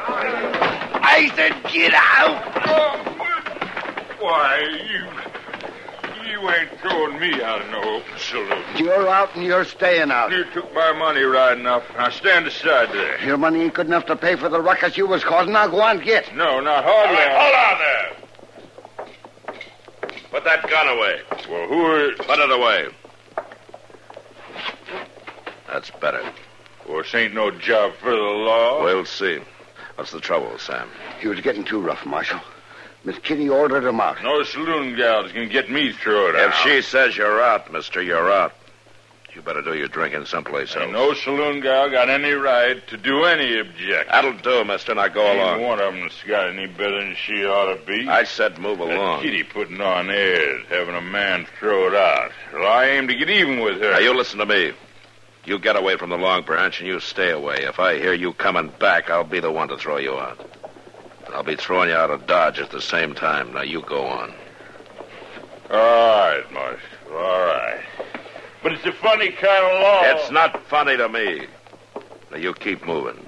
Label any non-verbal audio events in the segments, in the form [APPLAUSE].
I said, get out! Why, you. You ain't throwing me out of no open saloon. You're out and you're staying out. You took my money right enough. Now stand aside there. Your money ain't good enough to pay for the ruckus you was causing. Now go on, get. No, not hardly. on there! Put that gun away. Well, who are. Put it away. That's better. Well, this ain't no job for the law. We'll see. What's the trouble, Sam? He was getting too rough, Marshal. Miss Kitty ordered him out. no saloon gals can get me through it. If she says you're out, mister, you're out. You better do your drinking someplace else. Ain't no saloon gal got any right to do any objection. That'll do, mister. Now go ain't along. one of 'em that's got any better than she ought to be. I said move That along. Kitty putting on airs, having a man throw it out. Well, I aim to get even with her. Now, you listen to me. You get away from the Long Branch and you stay away. If I hear you coming back, I'll be the one to throw you out. And I'll be throwing you out of Dodge at the same time. Now, you go on. All right, Marshal. All right. But it's a funny kind of law. It's not funny to me. Now, you keep moving.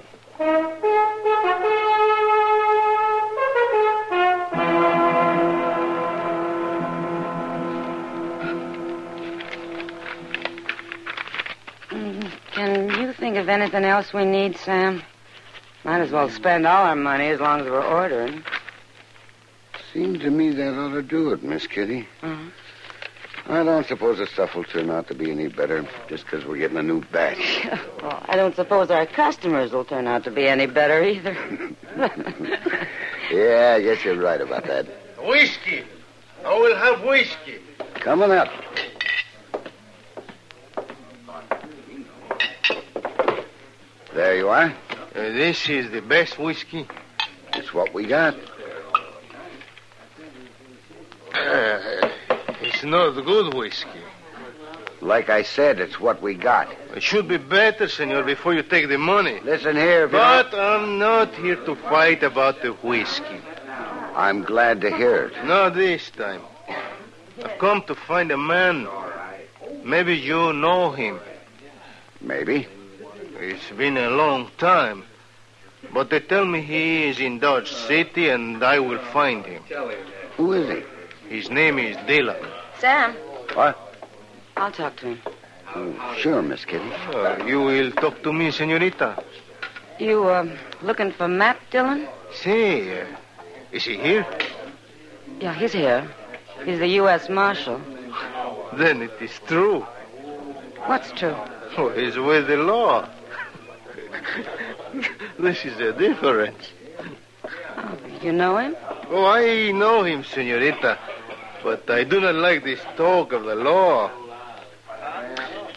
Can you think of anything else we need, Sam? Might as well spend all our money as long as we're ordering. Seemed to me that ought to do it, Miss Kitty. Mhm. I don't suppose the stuff will turn out to be any better just because we're getting a new batch. [LAUGHS] Well, I don't suppose our customers will turn out to be any better [LAUGHS] either. Yeah, I guess you're right about that. Whiskey. Oh, I will have whiskey. Coming up. There you are. Uh, this is the best whiskey. It's what we got. Uh, it's not good whiskey. Like I said, it's what we got. It should be better, senor, before you take the money. Listen here, if you don't- But I'm not here to fight about the whiskey. I'm glad to hear it. Not this time. I've come to find a man. Maybe you know him. Maybe. It's been a long time. But they tell me he is in Dodge City and I will find him. Who is he? His name is Dillon. Sam. What? I'll talk to him. Oh, sure, Miss Kitty. Uh, you will talk to me, senorita. You, uh, looking for Matt Dillon? See, uh, is he here? Yeah, he's here. He's the U.S. Marshal. Then it is true. [LAUGHS] What's true? Oh, he's with the law. [LAUGHS] this is a difference. You know him? Oh, I know him, senorita. But I do not like this talk of the law.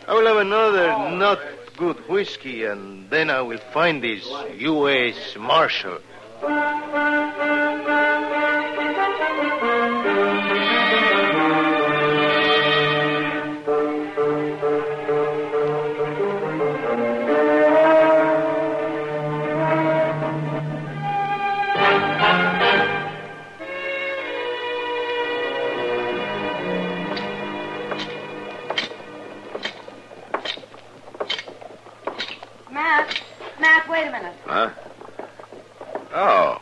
I will have another not good whiskey, and then I will find this U.S. Marshal. Matt. Matt, wait a minute. Huh? Oh.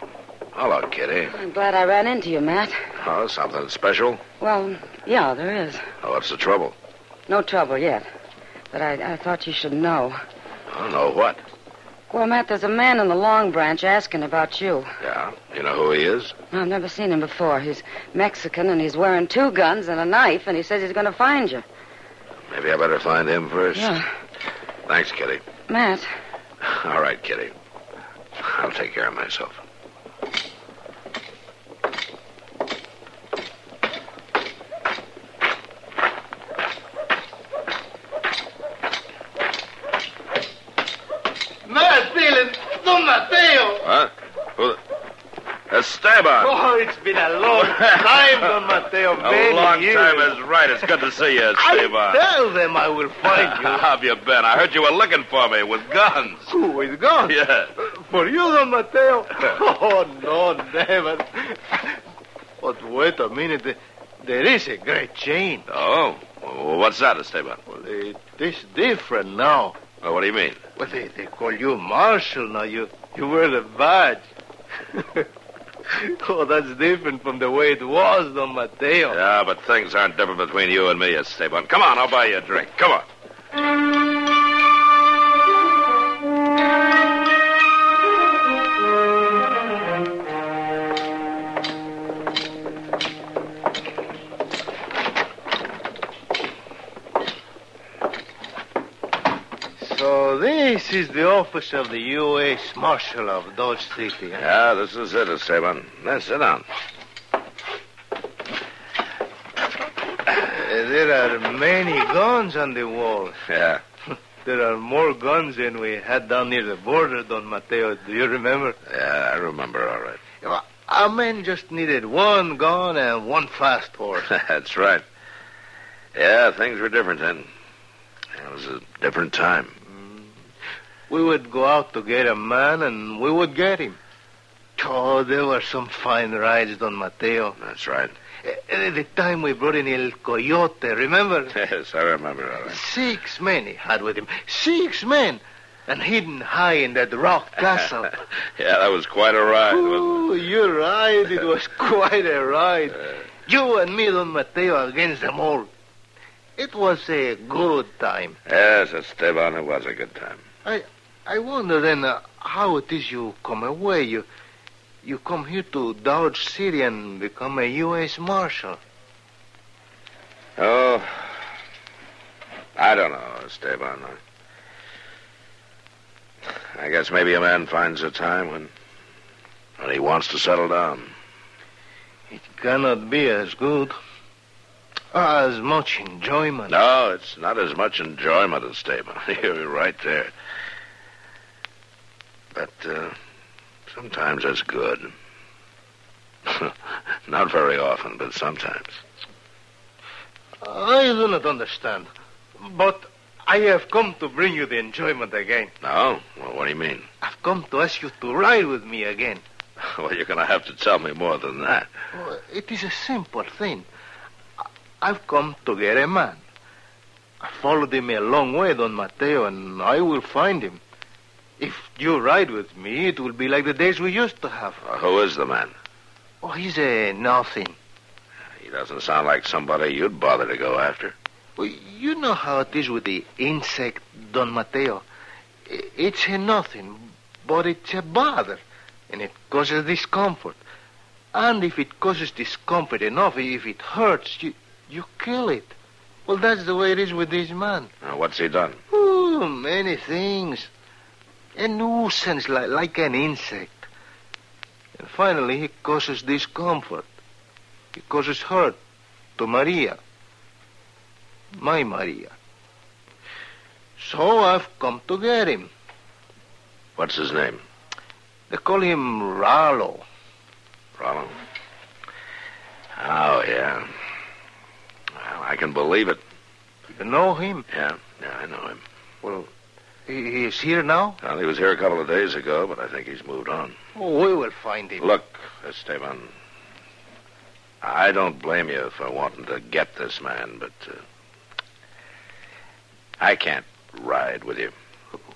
Hello, Kitty. I'm glad I ran into you, Matt. Oh, something special? Well, yeah, there is. Oh, what's the trouble? No trouble yet. But I, I thought you should know. I don't know what. Well, Matt, there's a man in the Long Branch asking about you. Yeah? You know who he is? I've never seen him before. He's Mexican, and he's wearing two guns and a knife, and he says he's going to find you. Maybe I better find him first. Yeah. Thanks, Kitty. Matt, All right, Kitty. I'll take care of myself. Matt Dillon, Don Mateo. What? Who? A stab on. Oh, it's been a [LAUGHS] long time, Don Mateo. a many long years. time is right. It's good to see you, I Esteban. tell them I will find [LAUGHS] How you. have you been? I heard you were looking for me with guns. [LAUGHS] Who is gone? Yeah. For you, Don Mateo? Oh, no, never. But wait a minute. There is a great change. Oh. Well, What's that, Esteban? Well, it is different now. Well, what do you mean? Well, they, they call you Marshal now. You, you wear the badge. [LAUGHS] oh, that's different from the way it was, Don Mateo. Yeah, but things aren't different between you and me, Esteban. Come on, I'll buy you a drink. Come on. So this is the office of the U.S. Marshal of Dodge City. huh? Yeah, this is it, Esteban. Now, sit down. Uh, there are many guns on the wall. Yeah. There are more guns than we had down near the border, Don Mateo. Do you remember? Yeah, I remember all right. Our men just needed one gun and one fast horse. [LAUGHS] That's right. Yeah, things were different then. It was a different time. we would go out to get a man and we would get him. Oh, there were some fine rides, Don Mateo. That's right. Uh, the time we brought in El Coyote, remember? [LAUGHS] Yes, I remember all right. Six men he had with him. Six men! And hidden high in that rock [LAUGHS] castle. yeah, that was quite a ride. wasn't Ooh, you're right. It was quite a ride. You and me, Don Mateo, against them all. It was a good time. it? Yes, Esteban, it was a good time. I wonder then uh, how it is you come away. You, you come here to Dodge City and become a U.S. Marshal. Oh, I don't know, Esteban. I- I guess maybe a man finds a time when, when he wants to settle down. It cannot be as good, as much enjoyment. No, it's not as much enjoyment, [LAUGHS] Esteban. You're right there. But uh, sometimes it's good. [LAUGHS] not very often, but sometimes. I do not understand. But I have come to bring you the enjoyment again. No? Well, what do you mean? [LAUGHS] I've come to ask you to ride with me again. Well, you're going to have to tell me more than that. Well, it is a simple thing. I- I've come to get a man. I followed him a long way, Don Mateo, and I will find him. If you ride with me, it will be like the days we used to have. Well, who is the man? Oh, he's a nothing. He doesn't sound like somebody you'd bother to go after. Well, you know how it is with the insect, Don Mateo. I- It's a nothing, but it's a bother, and it causes discomfort. And if it causes discomfort enough, if it hurts, you, you kill it. Well, that's the way it is with this man. Now, what's he done? Ooh, Oh, many things. A nuisance, like, like an insect. And finally, he causes discomfort. He causes hurt to Maria. My Maria. So I've come to get him. What's his name? They call him Rallo. Rollo? Oh, yeah. Well, I can believe it. You know him? Yeah, yeah, I know him. Well, he, he is here now? Well, he was here a couple of days ago, but I think he's moved on. Oh, we will find him. Look, Esteban, I don't blame you for wanting to get this man, but uh, I can't ride with you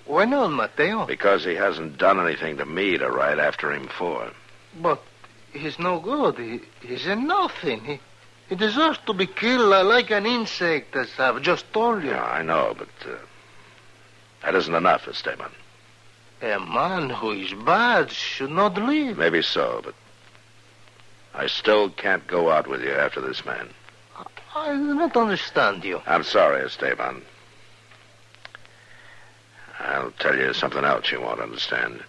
Why not, Mateo? because he hasn't done anything to me to ride after him for. But he's no good. He, he's a nothing. He, he deserves to be killed li- like an insect, as I've just told you. Yeah, I know, but uh, That isn't enough, Esteban. A man who is bad should not live. Maybe so, but I still can't go out with you after this man. I do not understand you. I'm sorry, Esteban. I'll tell you something else you won't understand.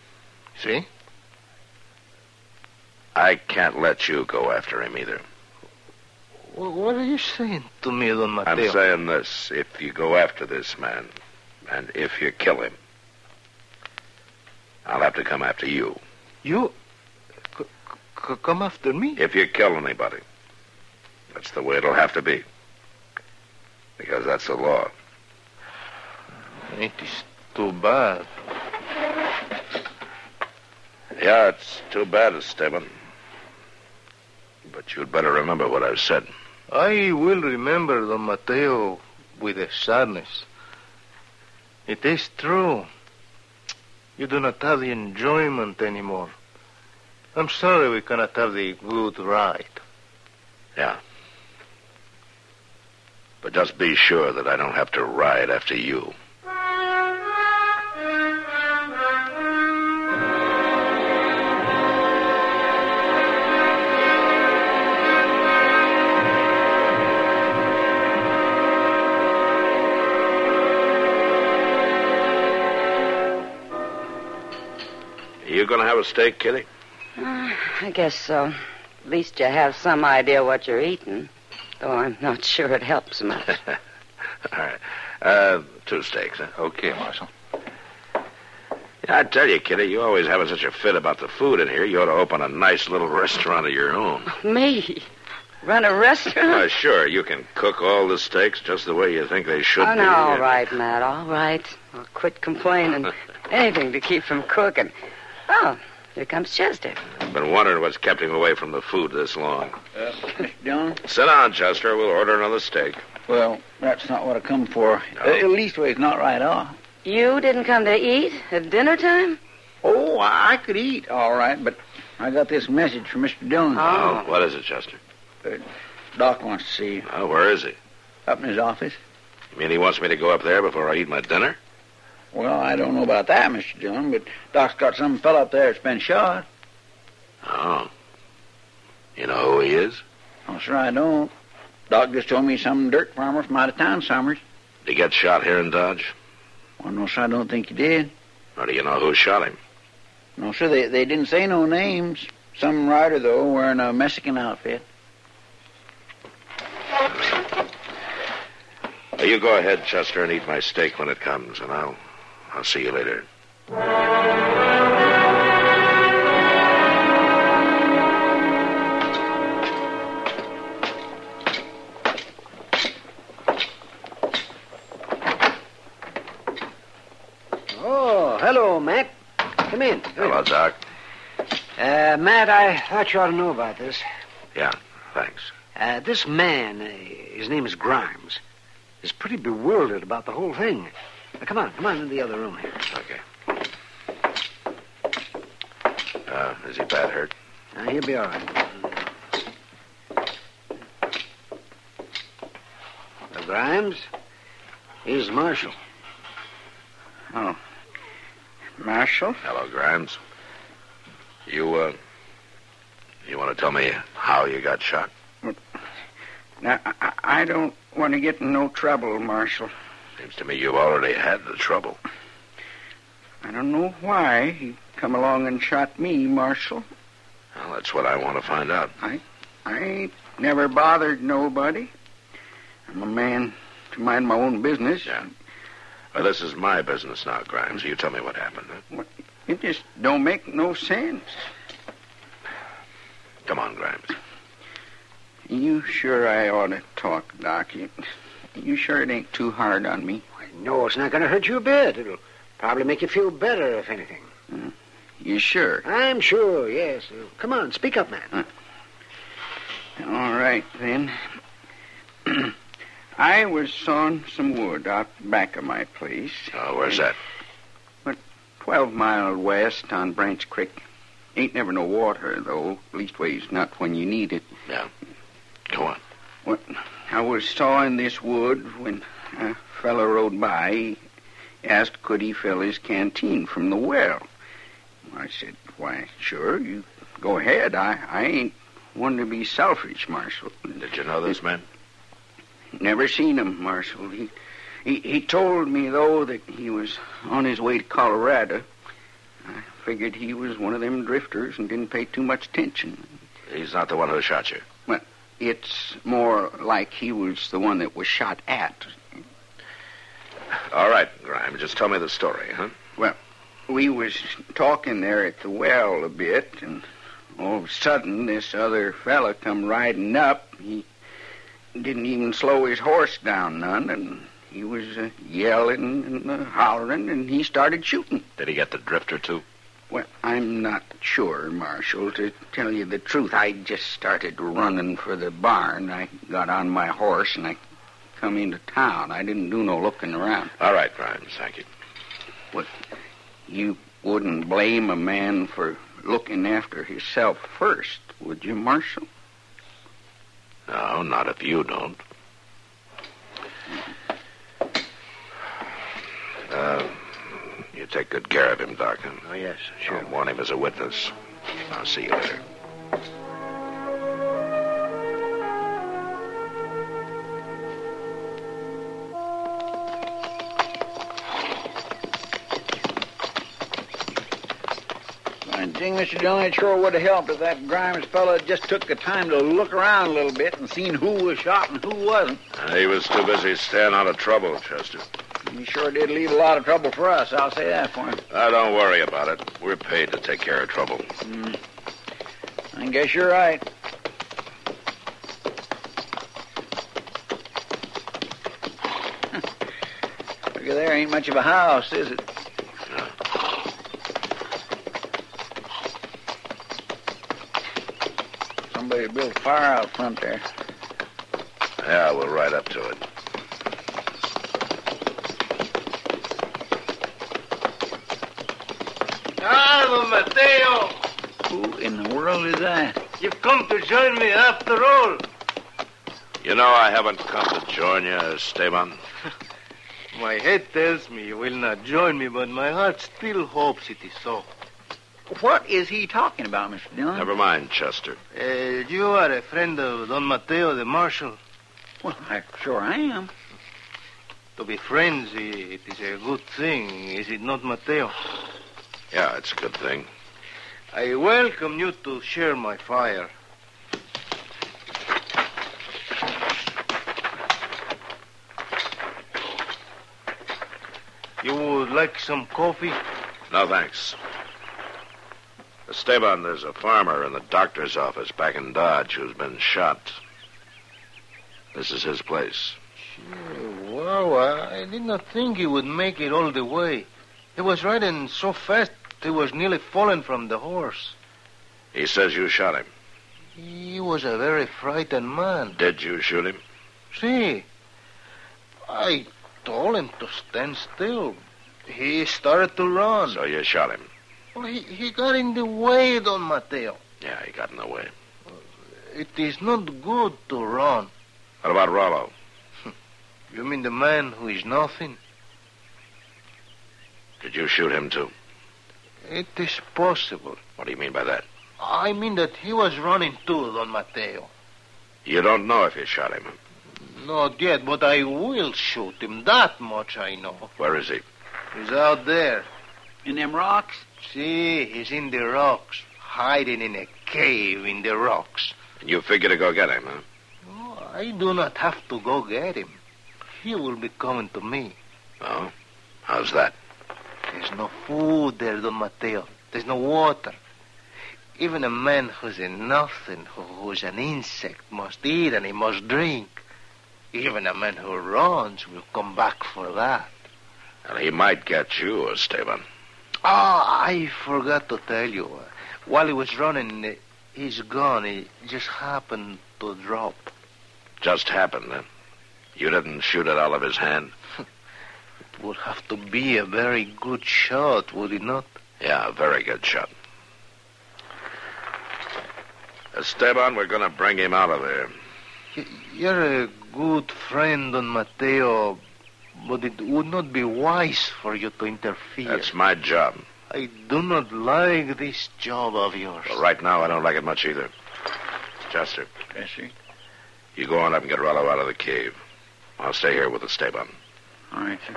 See? I can't let you go after him either. Wh- What are you saying to me, Don I'm Mateo? saying this. If you go after this man, and if you kill him, I'll have to come after you. You c- c- come after me? If you kill anybody, that's the way it'll have to be. Because that's the law. It is too bad. Yeah, it's too bad, Esteban. But you'd better remember what I've said. I will remember Don Mateo with a sadness. It is true. You do not have the enjoyment anymore. I'm sorry we cannot have the good ride. But just be sure that I don't have to ride after you. You gonna have a steak, Kitty? uh, I guess so. At least you have some idea what you're eating, though I'm not [LAUGHS] sure it helps much. [LAUGHS] All right. Uh, two steaks, huh? Okay, Marshal. I tell you, Kitty, you always having such a fit about the food in here. You ought to open a nice little restaurant of your [LAUGHS] own. me? Run a restaurant? Why, sure, you can cook all the steaks just the way you think they should Oh, be. no, all right, Matt, all right. I'll quit complaining. [LAUGHS] Anything to keep from cooking. Oh, here comes Chester. I've been wondering what's kept him away from the food this long. Uh, John? Sit down, Chester. We'll order another steak. Well, that's not what I come for. No. Uh, at least ways not right off. You didn't come to eat at dinner time? Oh, I, I could eat, all right, but I got this message from Mr. Dillon. Oh. what is it, Chester? Doc wants to see you Oh, where is he? up in his office. You mean he wants me to go up there before I eat my dinner? Well, I don't know about that, Mr. Dillon, but Doc's got some fellow up there that's been shot. Oh. You know who he is? Oh, sure I don't. Doc just told me some dirt farmer from out of town, Summers. Did he get shot here in Dodge? Well, no, sir, I don't think he did. Or do you know who shot him? No, sir, they, they didn't say no names. Some rider, though, wearing a Mexican outfit. Uh, You go ahead, Chester, and eat my steak when it comes, and I'll I'll see you later. Oh, hello, Matt. Come in. Come in. Hello, Doc. Uh, Matt, I thought you ought to know about this. Thanks. Uh, this man, uh, his name is Grimes, is pretty bewildered about the whole thing. Uh, come on, come on into the other room here. Okay. Uh, is he bad hurt? Now, he'll be all right. Now, Uh, Grimes, here's Marshal. Oh, Marshal? Hello, Grimes. You, uh, you want to tell me how you got shot? Now, I- I, I don't want to get in no trouble, Marshal. Seems to me you already had the trouble. I don't know why he come along and shot me, Marshal. Well, that's what I want to find out. I ain't never bothered nobody. I'm a man to mind my own business. Yeah. Well, this is my business now, Grimes. You tell me what happened. Huh? It just don't make no sense. Come on, Grimes. You sure I ought to talk, Doc? You, you sure it ain't too hard on me? Why, no, it's not going to hurt you a bit. It'll probably make you feel better, if anything. Mm. You sure? Uh, I'm sure, yes. Uh, Come on, speak up, Matt. All right, then. [CLEARS THROAT] I was sawing some wood out back of my place, Oh, where's that? 12 mile west on Branch Creek. Ain't never no water, though. Leastways, not when you need it. Go on. I was sawing this wood when a fellow rode by. He, asked could he fill his canteen from the well. I said, why, sure, you go ahead. I, I ain't one to be selfish, Marshal. Did you know this man? Never seen him, Marshal. He, he, he told me, though, that he was on his way to Colorado. I figured he was one of them drifters and didn't pay too much attention. He's not the one who shot you. It's more like he was the one that was shot at. All right, Grimes, just tell me the story, huh? We was talking there at the well a bit, and all of a sudden this other fella come riding up. He didn't even slow his horse down none, and he was uh, yelling and uh, hollering, and he started shooting. Did he get the drifter, too? Well, I'm not sure, Marshal. To tell you the truth, I just started running for the barn. I got on my horse and I come into town. I didn't do no looking around. All right, Grimes, thank you. You wouldn't blame a man for looking after himself first, would you, Marshal? No, not if you don't. Uh, you take good care of him, Doctor. Oh, yes, Sure. I'll warn him as a witness. I'll see you later. I think, Mr. Dillon, it sure would have helped if that Grimes fellow just took the time to look around a little bit and seen who was shot and who wasn't. Uh, He was too busy staying out of trouble, Chester. He sure did leave a lot of trouble for us, I'll say that for him. Ah, don't worry about it. We're paid to take care of trouble. I guess you're right. Look at there, ain't much of a house, is it? Somebody built a fire out front there. Yeah, we'll ride up to it. Ah, Don Mateo! Who in the world is that? You've come to join me after all. You know, I haven't come to join you, Esteban. My head tells me you will not join me, but my heart still hopes it is so. What is he talking about, Mr. Dillon? Never mind, Chester. Uh, you are a friend of Don Mateo, the marshal. Well, I, sure I am. To be friends, i- it is a good thing, is it not, Mateo? Yeah, it's a good thing. I welcome you to share my fire. You would like some coffee? No, thanks. Esteban, there's a farmer in the doctor's office back in Dodge who's been shot. This is his place. Wow, I did not think he would make it all the way. He was riding so fast, he was nearly fallen from the horse. He says you shot him. He was a very frightened man. Did you shoot him? See, I told him to stand still. He started to run. So you shot him. Well, he, he got in the way, Don Mateo. Yeah, he got in the way. It is not good to run. What about Rollo? You mean the man who is nothing? Did you shoot him, too? It is possible. What do you mean by that? I mean that he was running too, Don Mateo. You don't know if you shot him. Not yet, but I will shoot him. That much I know. Where is he? He's out there. In them rocks? See, he's in the rocks, hiding in a cave in the rocks. And you figure to go get him, huh? Oh, I do not have to go get him. He will be coming to me. Oh? How's that? There's no food there, Don Mateo. There's no water. Even a man who's a nothing, who, who's an insect, must eat and he must drink. Even a man who runs will come back for that. Well, he might get you, Esteban. Ah, I forgot to tell you. While he was running, uh, his gun he just happened to drop. Just happened, then. You didn't shoot it out of his hand? It would have to be a very good shot, would it not? Yeah, a very good shot. Uh, Esteban, we're going to bring him out of there. Y- You're a good friend, Don Mateo, But it would not be wise for you to interfere. That's my job. I do not like this job of yours. But right now, I don't like it much either. Chester, Yes, sir. you go on up and get Rollo out of the cave. I'll stay here with the Esteban. All right, sir.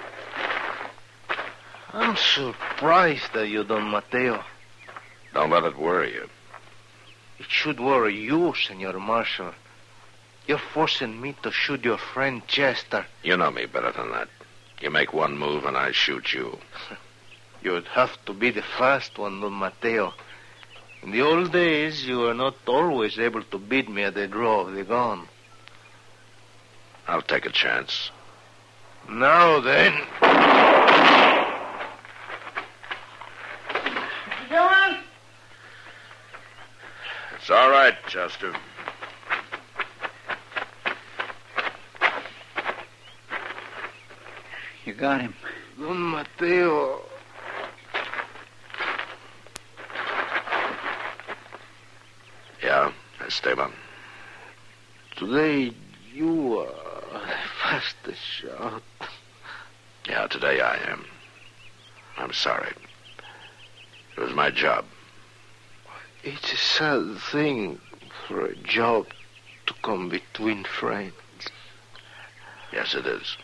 I'm surprised that you don't, Mateo. Don't let it worry you. It should worry you, Senor Marshal. You're forcing me to shoot your friend Chester. You know me better than that. You make one move and I shoot you. You'd have to be the fast one, Don Mateo. In the old days, you were not always able to beat me at the draw of the gun. I'll take a chance. Now then. Dillon? It's all right, Chester. You got him. Don Mateo. Yeah, Esteban. Today, you are the fastest shot. Yeah, today I am. I'm sorry. It was my job. It's a sad thing for a job to come between friends. Yes, it is.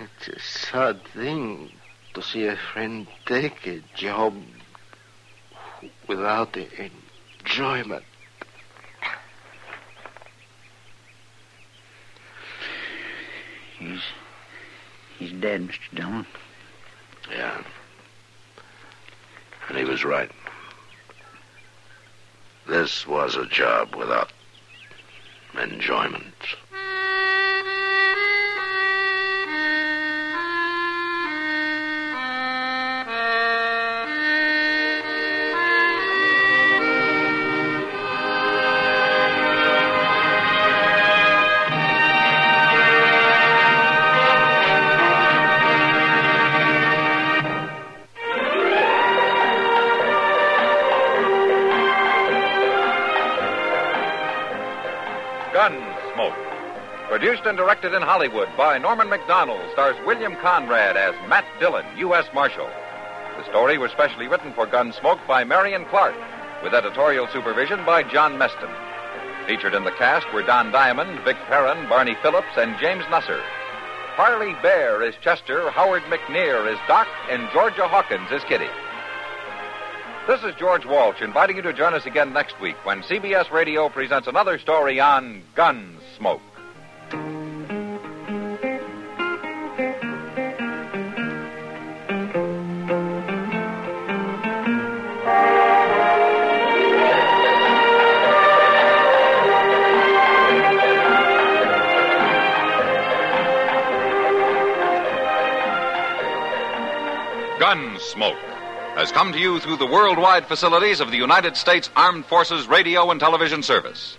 It's a sad thing to see a friend take a job without the enjoyment. He's he's dead, Mr. Dillon. Yeah. And he was right. This was a job without enjoyment. Gunsmoke. Produced and directed in Hollywood by Norman McDonald, stars William Conrad as Matt Dillon, U.S. Marshal. The story was specially written for Gunsmoke by Marion Clark, with editorial supervision by John Meston. Featured in the cast were Don Diamond, Vic Perrin, Barney Phillips, and James Nusser. Harley Bear is Chester, Howard McNear is Doc, and Georgia Hawkins is Kitty. This is George Walsh inviting you to join us again next week when CBS Radio presents another story on Gunsmoke. Gunsmoke has come to you through the worldwide facilities of the United States Armed Forces Radio and Television Service.